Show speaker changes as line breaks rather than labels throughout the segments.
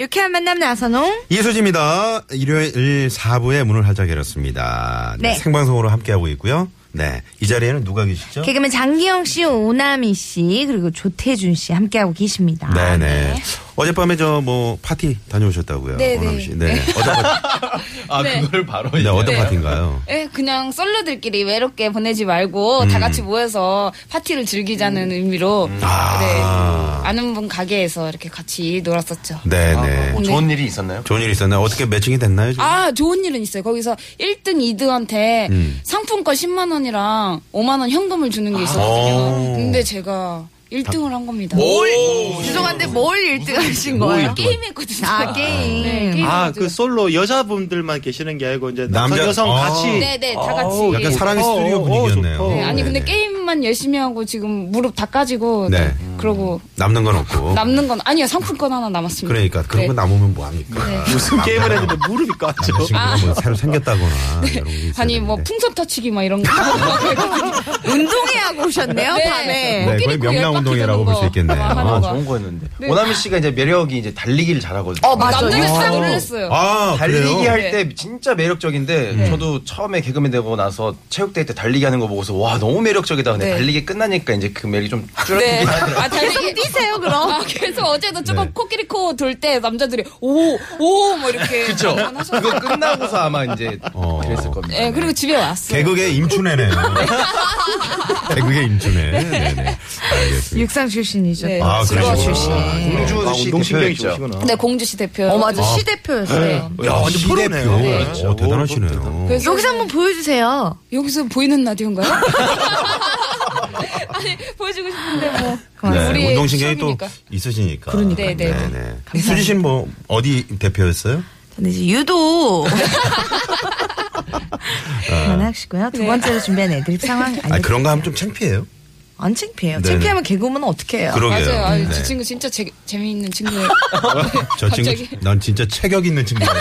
유쾌한 만남 나선홍.
이수지입니다. 일요일 4부에 문을 활짝 열었습니다. 네,
네.
생방송으로 함께하고 있고요. 네. 이 자리에는 누가 계시죠?
개그맨 장기영 씨, 오나미 씨, 그리고 조태준 씨 함께하고 계십니다.
아,
네네. 어젯밤에 저 뭐 파티 다녀오셨다고요.
네네.
오남 씨. 네. 어떤, 파-
아 그걸 바로
네,
이제
어떤
네.
파티인가요?
예, 그냥 솔로들끼리 외롭게 보내지 말고 다 같이 모여서 파티를 즐기자는 의미로
아.
네, 아는 분 가게에서 이렇게 같이 놀았었죠.
네네.
뭐 좋은 일이 있었나요?
좋은 일 있었나요? 어떻게 매칭이 됐나요? 지금?
어, 아, 좋은 일은 있어요. 거기서 1등, 2등한테
음.
상품권 10만 원이랑 5만 원 현금을 주는 게 있었거든요.
오.
근데 제가 1등을 한 겁니다.
죄송한데 뭘 1등 하신
뭘
거예요?
일등?
게임했거든요.
아, 게임.
네,
아, 그 솔로 여자분들만 계시는 게 아니고 이제 남성
남자-
여성
어.
같이
네, 네, 다 같이.
약간 사랑의 스튜디오
어, 어,
분위기였네요.
좋다.
네, 아니 근데
네네.
게임만 열심히 하고 지금 무릎 다 까지고
네.
네, 그러고
남는 건 없고.
남는 건 아니요 상품권 하나 남았습니다.
그러니까 그런 거
네. 아.
남으면 뭐 합니까?
무슨 게임을 했는데 무릎이 까죠.
남자친구가 뭐 새로 생겼다거나 이런 게 있어야
아니 뭐
되는데.
풍선 터치기 막 이런 거.
운동회 하고 오셨네요,
네.
밤에.
네, 거의
코끼리 코
명랑
열
운동회라고
바퀴
볼 수
도는 거.
있겠네요.
아,
좋은 거였는데. 오나미 씨가 이제 매력이 이제 달리기를 잘하거든요.
어,
어, 남들이 싹 놀랐어요.
아,
달리기
그래요?
할 때 진짜 매력적인데 저도 처음에 개그맨 되고 나서 체육대회 때 달리기 하는 거 보고서 와 너무 매력적이다. 근데
네.
달리기 끝나니까 이제 그 매력이 좀
네.
줄어들긴 하더라고요.
아, 계속 뛰세요, 그럼. 아, 그래서 어제도 조금
네.
코끼리코 돌 때 남자들이 오, 오, 뭐 이렇게.
그쵸?
하셨어요.
그거 끝나고서 아마 이제
어.
그랬을 겁니다.
예, 그리고 집에 왔어요.
개그의 임춘애네요. 개그의 임춘애. 네네. 알겠습니다.
육상 출신이죠.
네.
아,
지구와
그러시구나.
출신.
아,
공주 씨
농심병이
대표였죠.
좋으시구나.
네, 공주시 대표.
어, 맞아. 시 대표였어요.
야, 완전
시대네요.
프로네요.
네.
어, 대단하시네요.
그래서
여기서 한번 보여주세요.
여기서 보이는 라디오인가요? 아니, 보여주고 싶은데 뭐.
네,
우리의
운동신경이 또
시험이니까.
있으시니까.
그러니까요. 네, 네.
수지 씨는 뭐, 어디 대표였어요?
저는 이제 유도. 아. 그만하시고요. 두 번째로 준비한 애들 상황 알려드릴게요.
아, 그런 거 하면 좀 창피해요.
안 창피해요.
네네.
창피하면 개그우먼은 어떻게 해요?
그러게요.
맞아요. 아유,
네.
저 친구 진짜 재, 재미있는 친구예요.
저 친구,
갑자기.
난 진짜 체격 있는 친구예요.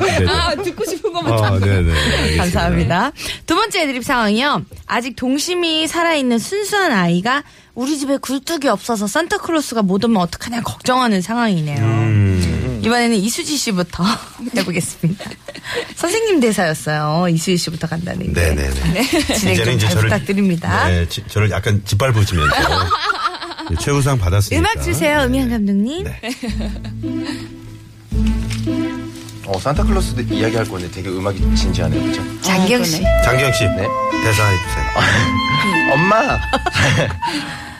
네네.
아, 듣고 싶은 것만
아, 네네. 알겠습니다.
감사합니다. 두 번째 애드립 상황이요. 아직 동심이 살아있는 순수한 아이가 우리 집에 굴뚝이 없어서 산타클로스가 못 오면 어떡하냐 걱정하는 상황이네요. 이번에는 이수지 씨부터 해보겠습니다. 선생님 대사였어요. 이수지 씨부터 간다는 게.
네네네.
진행 좀잘 부탁드립니다.
네, 지- 저를 약간 짓밟으시면서. 네, 최우상 받았으니까.
음악 주세요, 음향 감독님.
네.
어, 산타클로스도 이야기할 건데 되게 음악이 진지하네요. 그쵸?
장기영 씨.
장기영 씨.
네.
대사해주세요.
엄마!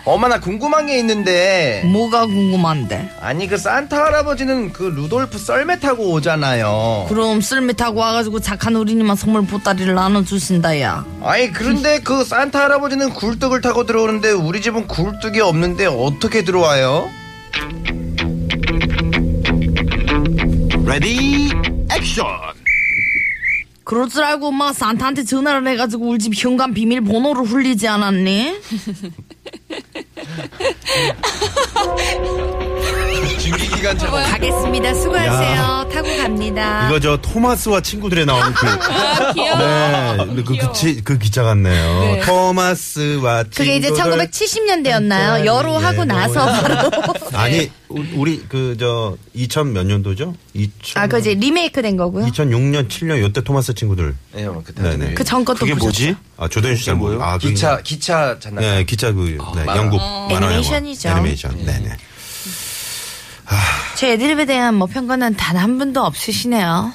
엄마 나 궁금한 게 있는데
뭐가 궁금한데?
아니 그 산타 할아버지는 그 루돌프 썰매 타고 오잖아요.
그럼 쓸미 타고 와가지고 착한 우리님만 선물 보따리를 나눠주신다, 야.
아니 그런데 그 산타 할아버지는 굴뚝을 타고 들어오는데 우리 집은 굴뚝이 없는데 어떻게 들어와요? 레디 액션.
그럴 줄 알고 엄마가 산타한테 전화를 해가지고 우리 집 현관 비밀번호를 훌리지 않았니?
준비 기간 차.
가겠습니다. 수고하세요. 타고 갑니다.
아, 이거 저 토마스와 친구들에 나오는 그.
아, 귀여워.
네, 근데 그, 그, 치- 그 기자 같네요. 토마스와 친구들.
그게 이제 1970년대였나요? 여로 하고 나서 바로.
네. 아니, 우- 우리 그 저 2000 몇 년도죠? 2000.
아, 그 이제 리메이크 된 거고요.
2006년, 7년 요때 토마스 친구들.
예, 뭐 그때
네네.
나중에
그 전 것도
그게 뭐지?
아, 조던 씨잘 모르. 아, 그-
기차 기차 장난.
네, 기차 그 네,
만화.
영국 만화 영화.
어, 애니메이션이죠.
애니메이션. 네, 네.
제 애드립에 대한 뭐 평가는 단 한 분도 없으시네요.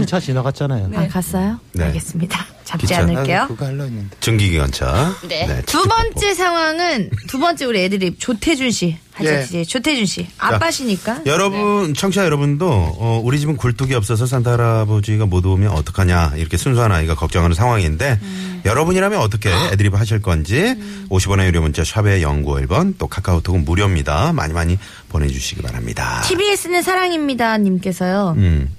기차 지나갔잖아요.
아, 갔어요?
네.
알겠습니다. 잡지
기차.
않을게요.
그거 하려 했는데.
전기기관차.
네.
두 번째 상황은 두 번째 우리 애드립 조태준 씨. 하자
예.
씨. 조태준 씨. 아빠시니까.
여러분 청취자 여러분도 어, 우리 집은 굴뚝이 없어서 산타 할아버지가 못 오면 어떡하냐 이렇게 순수한 아이가 걱정하는 상황인데
음.
여러분이라면 어떻게
아.
애드립 하실 건지 50원의 유료 문자 샵의 0951번 또 카카오톡은 무료입니다 많이 많이 보내주시기 바랍니다
TBS는 사랑입니다 님께서요.
음.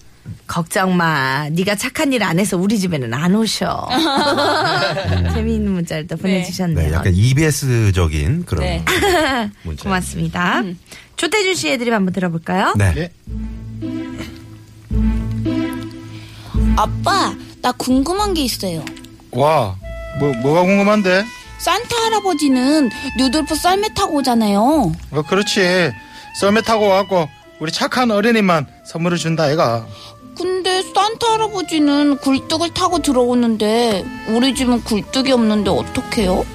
걱정 마. 네가 착한 일 안 해서 우리 집에는 안 오셔. 재미있는 문자를 또 보내주셨네요.
네, 약간 EBS적인 그런
네.
문자.
고맙습니다. 조태준 씨 애드립 한번 들어볼까요?
네.
예.
네.
아빠, 나 궁금한 게 있어요.
와, 뭐, 뭐가 궁금한데?
산타 할아버지는 누들프 썰매 타고 오잖아요.
어, 그렇지. 썰매 타고 와갖고 우리 착한 어린이만 선물을 준다, 애가.
근데 산타 할아버지는 굴뚝을 타고 들어오는데 우리 집은 굴뚝이 없는데 어떡해요?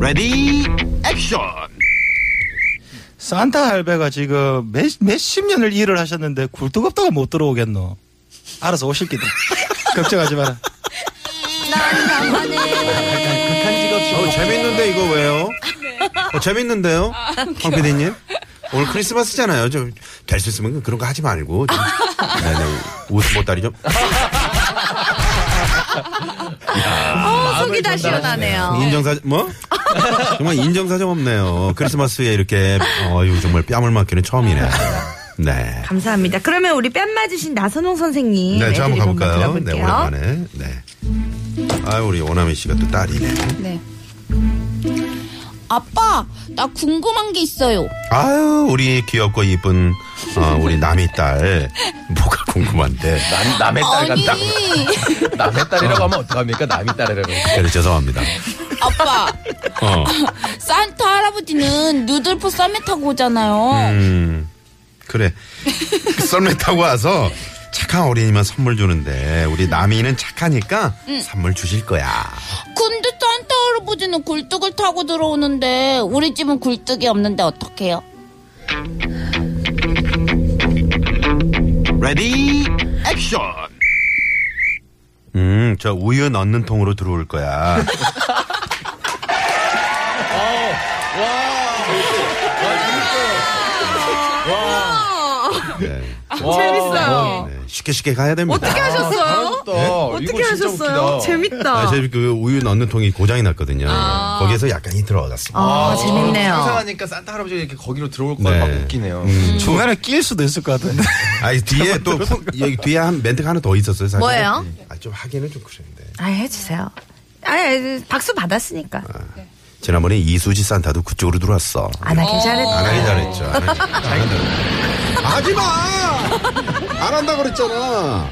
레디 액션.
산타 할배가 지금 몇, 몇십 년을 일을 하셨는데 굴뚝 없다가 못 들어오겠노. 알아서 오실 기다. 걱정하지 마라.
어, 재밌는데 이거 왜요? 어, 재밌는데요? 황 PD님? 오늘 크리스마스잖아요. 좀 될 수 있으면 그런 거 하지 말고. 좀. 네, 네. 웃음 보따리 좀.
어, 속이 다 아, 시원하네요.
인정사 뭐? 정말 인정사정 없네요. 크리스마스에 이렇게 어유 정말 뺨을 맞기는 처음이네. 네.
감사합니다. 그러면 우리 뺨 맞으신 나선홍 선생님
네,
애드립
저 한번 가볼까요?
한번
네,
들어볼게요.
오랜만에. 네. 아, 우리 오나미 씨가 또 딸이네.
네.
아빠, 나 궁금한 게 있어요.
아유, 우리 귀엽고 이쁜 어, 우리 남이 딸 뭐가 궁금한데.
남, 남의 딸
아니,
같다. 남의 딸이라고 하면 어떡합니까? 남의 딸이라고.
그래 네, 죄송합니다.
아빠,
어.
산타 할아버지는 누들프 썰매 타고 오잖아요.
음. 그래. 썰매 타고 와서 착한 어린이만 선물 주는데 우리 남이는 착하니까
음.
선물 주실 거야.
근데 산타 할아버지는 굴뚝을 타고 들어오는데 우리 집은 굴뚝이 없는데 어떡해요?
레디 액션. 음, 저 우유 넣는 통으로 들어올 거야. 네.
재밌어요.
네, 쉽게 쉽게 가야 됩니다.
어떻게 하셨어요?
아, 또
어떻게 하셨어요? 재밌다.
아, 제그 우유 넣는 통이 고장이 났거든요. 거기에서 약간이 들어갔습니다.
아, 재밌네요.
상상하니까 산타 할아버지가 이렇게 거기로 들어올
네.
거막 웃기네요.
중간에 끼일 수도 있을 것 같은데.
아니 뒤에 또 콕- 여기 뒤에 한 멘트가 하나 더 있었어요. 사실.
뭐예요?
아, 좀 하기는 좀 그랬는데.
아, 해주세요. 아, 박수 받았으니까.
지난번에 이수지 산타도 그쪽으로 들어왔어.
아, 나 괜찮았다.
안 하기 잘했죠. 안 하기 잘했죠. 하지 마! 안 한다 그랬잖아.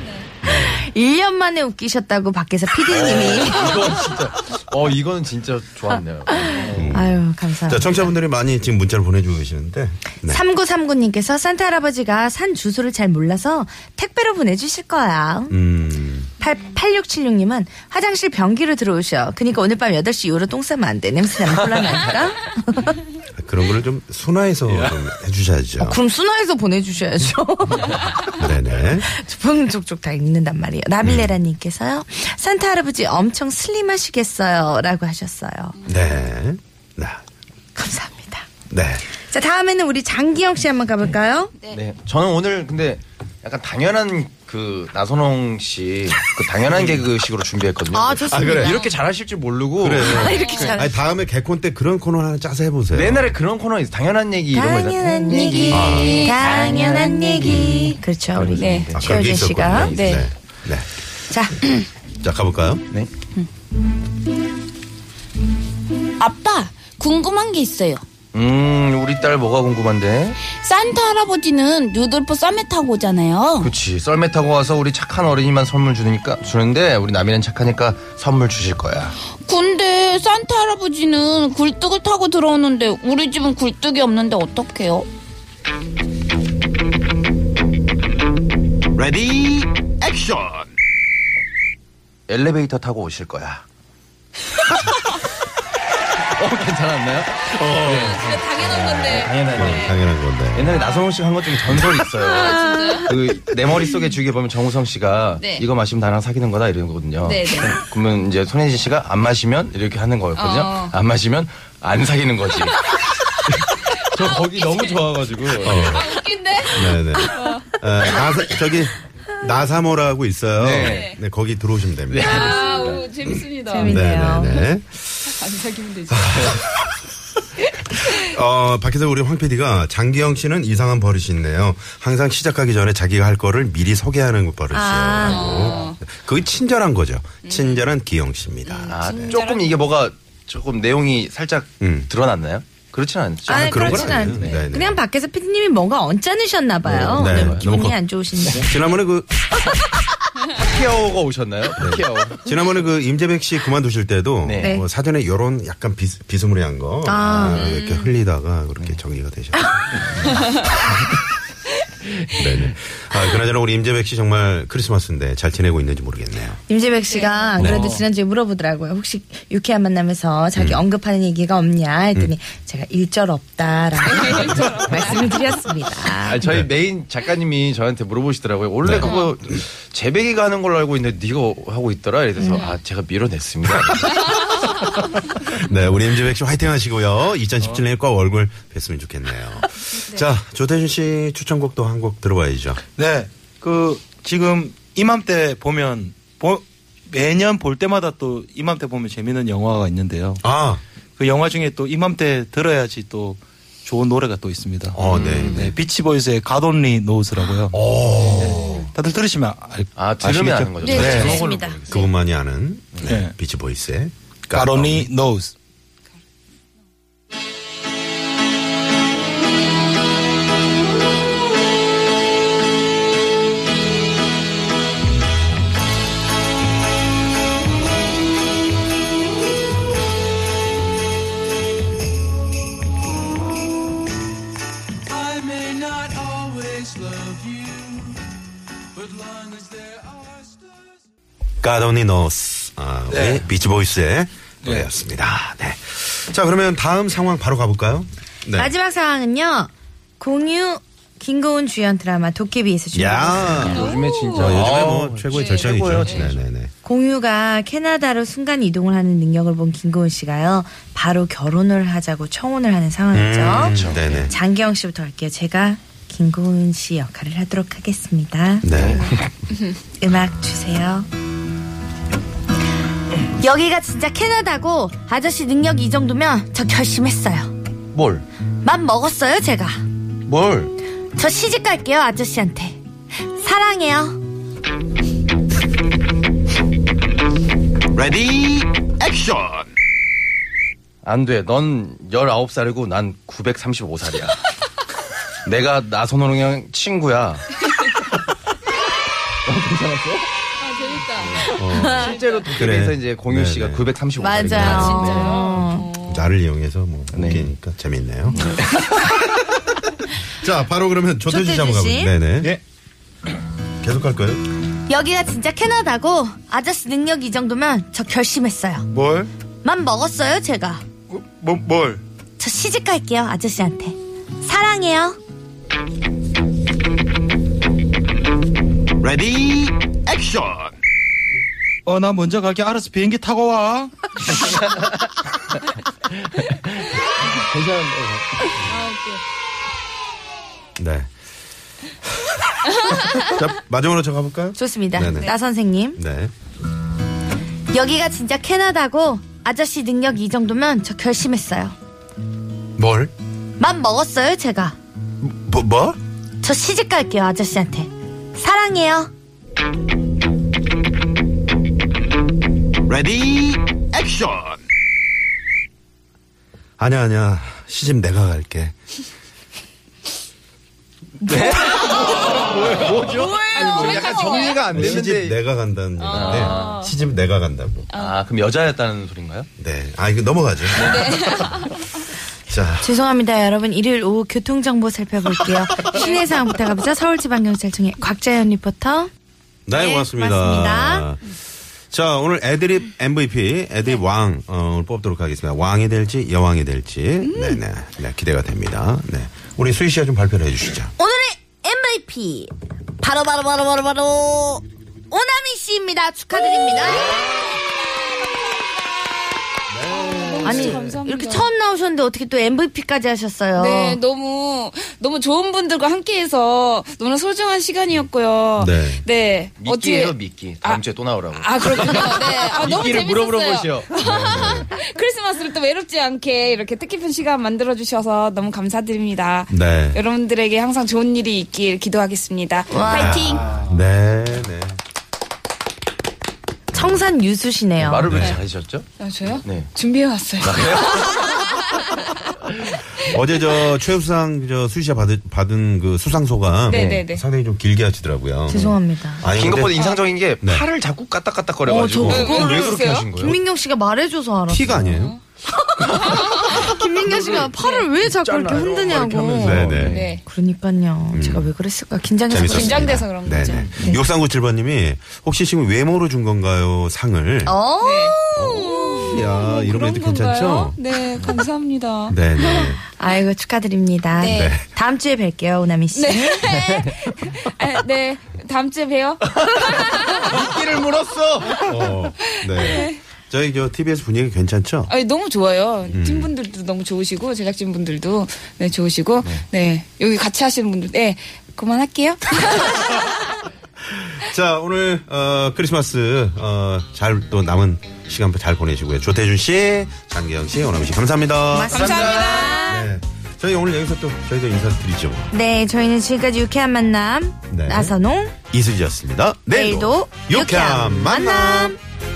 1년 만에 웃기셨다고 밖에서 피디님이.
이건 진짜, 어, 이거는 진짜 좋았네요.
아유, 감사합니다.
자, 청취자분들이 많이 지금 문자를 보내주고 계시는데. 네.
3939님께서 산타 할아버지가 산 주소를 잘 몰라서 택배로 보내주실 거야.
음.
8, 8676님은 화장실 변기로 들어오셔. 그니까 오늘 밤 8시 이후로 똥 싸면 안 돼. 냄새 나면 곤란하니까.
그런 거를 좀 순화해서 좀 해주셔야죠.
그럼 순화해서 보내주셔야죠.
네네.
분족족 다 읽는단 말이에요. 나빌레라님께서요. 산타 할아버지 엄청 슬림하시겠어요. 라고 하셨어요.
네. 네.
감사합니다.
네.
자, 다음에는 우리 장기영 씨 한번 가볼까요?
네. 저는 오늘 근데 약간 당연한 그 나선홍 씨, 그 당연한 개그식으로 준비했거든요.
아, 좋습니다.
이렇게 잘하실 줄 모르고.
이렇게 잘.
그러니까 아니, 다음에 개콘 때 그런 코너 하나 짜서 해보세요.
내 옛날에 그런 코너 있어. 당연한 얘기 이런 거 음, 있어.
당연한 얘기,
아.
당연한 얘기. 그렇죠, 우리
네.
아, 그런 게
최효진 씨가.
있었군요.
네.
네. 네.
자,
자, 가볼까요?
네.
아빠, 궁금한 게 있어요.
음, 우리 딸 뭐가 궁금한데?
산타 할아버지는 누들프 썰매 타고 오잖아요.
그치. 썰매 타고 와서 우리 착한 어린이만 선물 주니까, 주는데, 우리 남이는 착하니까 선물 주실 거야.
근데 산타 할아버지는 굴뚝을 타고 들어오는데 우리 집은 굴뚝이 없는데 어떡해요?
레디 액션.
엘리베이터 타고 오실 거야. 어, 괜찮았나요? 네.
당연한 건데.
당연하네.
당연한 건데.
옛날에 나성훈 씨가 한 것 중에 전설이 있어요. 그 내 머릿속에 주게 보면 정우성 씨가
아, 네.
이거 마시면 나랑 사귀는 거다 이런 거거든요.
네, 네.
그러면 이제 손혜진 씨가 안 마시면 이렇게 하는 거였거든요.
어.
안 마시면 안 사귀는 거지. 저 거기 너무 좋아가지고.
아, 웃긴데?
네네. 어, 나사, 저기, 나사모라고 있어요.
네.
네. 거기 들어오시면 됩니다.
아, 오, 네. 재밌습니다.
재밌네요.
네네네.
안 사귀면 되지.
어, 밖에서 우리 황 PD가 장기영 씨는 이상한 버릇이 있네요. 항상 시작하기 전에 자기가 할 거를 미리 소개하는 버릇이에요.
아.
라고. 그게 친절한 거죠. 친절한 기영 씨입니다.
아, 조금 이게 뭐가 조금 내용이 살짝
네. 음.
드러났나요? 그렇진 않죠.
아니,
그런 건
그렇진
아니에요.
않네.
네, 네.
그냥 밖에서 피디님이 뭔가 언짢으셨나 봐요.
네, 네.
너무 기분이
너무
안 좋으신데.
지난번에 그
파키아오가
네.
오셨나요? 파키아오.
지난번에 그 임재백 씨 그만두실 때도
네.
어, 사전에 요런 약간 비, 비스무리한 거
아.
아, 이렇게 흘리다가 그렇게 정리가 되셨어요. 네네. 아, 그나저나 우리 임재백 씨 정말 크리스마스인데 잘 지내고 있는지 모르겠네요.
임재백 씨가
네.
안
어.
그래도 지난주에 물어보더라고요. 혹시 유쾌한 만남에서
음.
자기 언급하는 얘기가 없냐 했더니 제가 일절 없다라고 말씀을 드렸습니다.
아,
네.
저희 메인 작가님이 저한테 물어보시더라고요. 원래 그거 재배기가 하는 걸로 알고 있는데 네가 하고 있더라. 이래서 아 제가 밀어냈습니다.
아, 네, 우리 임재백 씨 화이팅 하시고요. 2017년에 꼭 얼굴 뵀으면 좋겠네요. 자, 조태준 씨 추천곡도 한 곡 들어봐야죠.
네. 그 지금 이맘때 보면 보- 매년 볼 때마다 또 이맘때 보면 재밌는 영화가 있는데요.
아,
그 영화 중에 또 이맘때 들어야지 또 좋은 노래가 또 있습니다.
어, 네, 네.
비치보이스의 God Only Knows라고요. 네. 다들 들으시면 알,
아 들으면
아시겠죠?
아는 거죠.
네,
제목을
좋습니다.
모르겠어요.
그분만이 아는 네,
네.
비치보이스의
God Only Knows.
가더니 노스. 아, 우리
네.
비치보이스의 노래였습니다. 네. 자, 그러면 다음 상황 바로 가볼까요? 네.
마지막 상황은요. 공유 김고은 주연 드라마 도깨비에서 준비했어요.
야.
요즘에 진짜
어, 요즘에
아,
뭐 최고의 절정이죠. 네,
최고예요,
네, 네.
공유가 캐나다로 순간 이동을 하는 능력을 본 김고은 씨가요. 바로 결혼을 하자고 청혼을 하는
음,
상황이죠.
네, 네.
장기영 씨부터 할게요. 제가 김고은 씨 역할을 하도록 하겠습니다.
네.
음악 주세요. 여기가 진짜 캐나다고 아저씨 능력이 이 정도면 저 결심했어요.
뭘?
맘 먹었어요, 제가.
뭘?
저 시집 갈게요, 아저씨한테. 사랑해요.
레디 액션. 안 돼. 넌 19살이고 난 935살이야. 내가 나선호랑 그냥 친구야.
아,
어,
네. 실제로
그래.
도쿄에서 이제 공유
네,
씨가
네.
935살이거든요.
나를 이용해서 뭐
네.
웃기니까 재밌네요. 자, 바로 그러면 조태준 씨 한번
조태준
가볼게요.
씨.
네, 네. 계속 할까요?
여기가 진짜 캐나다고 아저씨 능력이 이 정도면 저 결심했어요.
뭘?
맘 먹었어요, 제가.
뭐, 뭘?
저 시집 갈게요, 아저씨한테. 사랑해요.
레디 액션.
어, 나 먼저 갈게. 알아서 비행기 타고 와.
네. 자, 마지막으로 저 가볼까요?
좋습니다.
네네.
나 선생님.
네.
여기가 진짜 캐나다고 아저씨 능력이 이 정도면 저 결심했어요.
뭘?
맘 먹었어요, 제가.
뭐, 뭐?
저 시집 갈게요, 아저씨한테. 사랑해요.
레디 액션 아니야 아니야 시집 내가 갈게
아니, 뭐 약간 정리가 안
뭐 시집
되는데.
내가 간다는 얘기인데
아.
시집 내가 간다고
아, 그럼 여자였다는 소린가요?
네아 이거 넘어가죠
네.
자
죄송합니다, 여러분. 일요일 오후 교통정보 살펴볼게요. 시내 상황부터 가보죠. 서울지방경찰청의 곽자연 리포터.
네,
네,
고맙습니다.
고맙습니다.
자, 오늘 애드립 MVP, 애드립 왕, 어, 오늘 뽑도록 하겠습니다. 왕이 될지, 여왕이 될지. 네네. 네, 기대가 됩니다. 네. 우리 수희 씨가 좀 발표를 해주시죠.
오늘의 MVP. 바로바로바로바로바로. 오나미 씨입니다. 축하드립니다.
네.
아니 이렇게 처음 나오셨는데 어떻게 또 MVP까지 하셨어요?
네, 너무 너무 좋은 분들과 함께해서 너무나 소중한 시간이었고요.
네.
네,
미끼예요 미끼. 다음 주에 또 나오라고.
아 그렇군요. 네, 아, 너무
미끼를
재밌었어요.
물어 물어보시오.
크리스마스를 또 외롭지 않게 이렇게 뜻깊은 시간 만들어 주셔서 너무 감사드립니다.
네.
여러분들에게 항상 좋은 일이 있길 기도하겠습니다. 파이팅.
네, 네.
청산 유수시네요.
말을 왜 잘하셨죠?
아, 저요?
네.
준비해 왔어요.
아, 어제 저 최우수상 저 수시자 받은, 받은 그 수상 소감
네, 네, 네.
상당히 좀 길게 하시더라고요.
죄송합니다.
아니,
긴
근데
것보다 인상적인 게
네.
팔을 자꾸 까딱까딱거려가지고
어, 저 그거를
왜 그렇게
했어요?
하신 거예요?
김민경 씨가 말해줘서 알았어.
티가 아니에요?
김민경 씨가 팔을 왜 자꾸 이렇게 흔드냐고.
네, 네.
네.
그러니까요. 제가 왜 그랬을까 긴장해서.
재밌었습니다.
그랬-
긴장돼서 그런
네,
거죠.
네. 6397번님이 혹시 지금 외모로 준 건가요? 상을.
어?
야, 아, 이런 애도 괜찮죠?
어, 네, 감사합니다.
네, 네.
아이고 축하드립니다.
네.
다음 주에 뵐게요 우남이 씨.
네. 아, 네. 다음 주에 봬요.
미끼를 물었어.
어, 네. 저희 저 TBS 분위기 괜찮죠?
아니, 너무 좋아요.
음.
팀분들도 너무 좋으시고 제작진분들도 네, 좋으시고 네. 여기 같이 하시는 분들 네. 그만할게요.
자, 오늘 어, 크리스마스 어, 잘 또 남은 시간 잘 보내시고요. 조태준 씨, 장기영 씨, 오남 씨 감사합니다.
감사합니다.
네. 저희 오늘 여기서 또 저희도 인사드리죠.
네, 저희는 지금까지 유쾌한 만남
네.
나선홍
이슬이었습니다.
내일도
유쾌한 만남.
만남.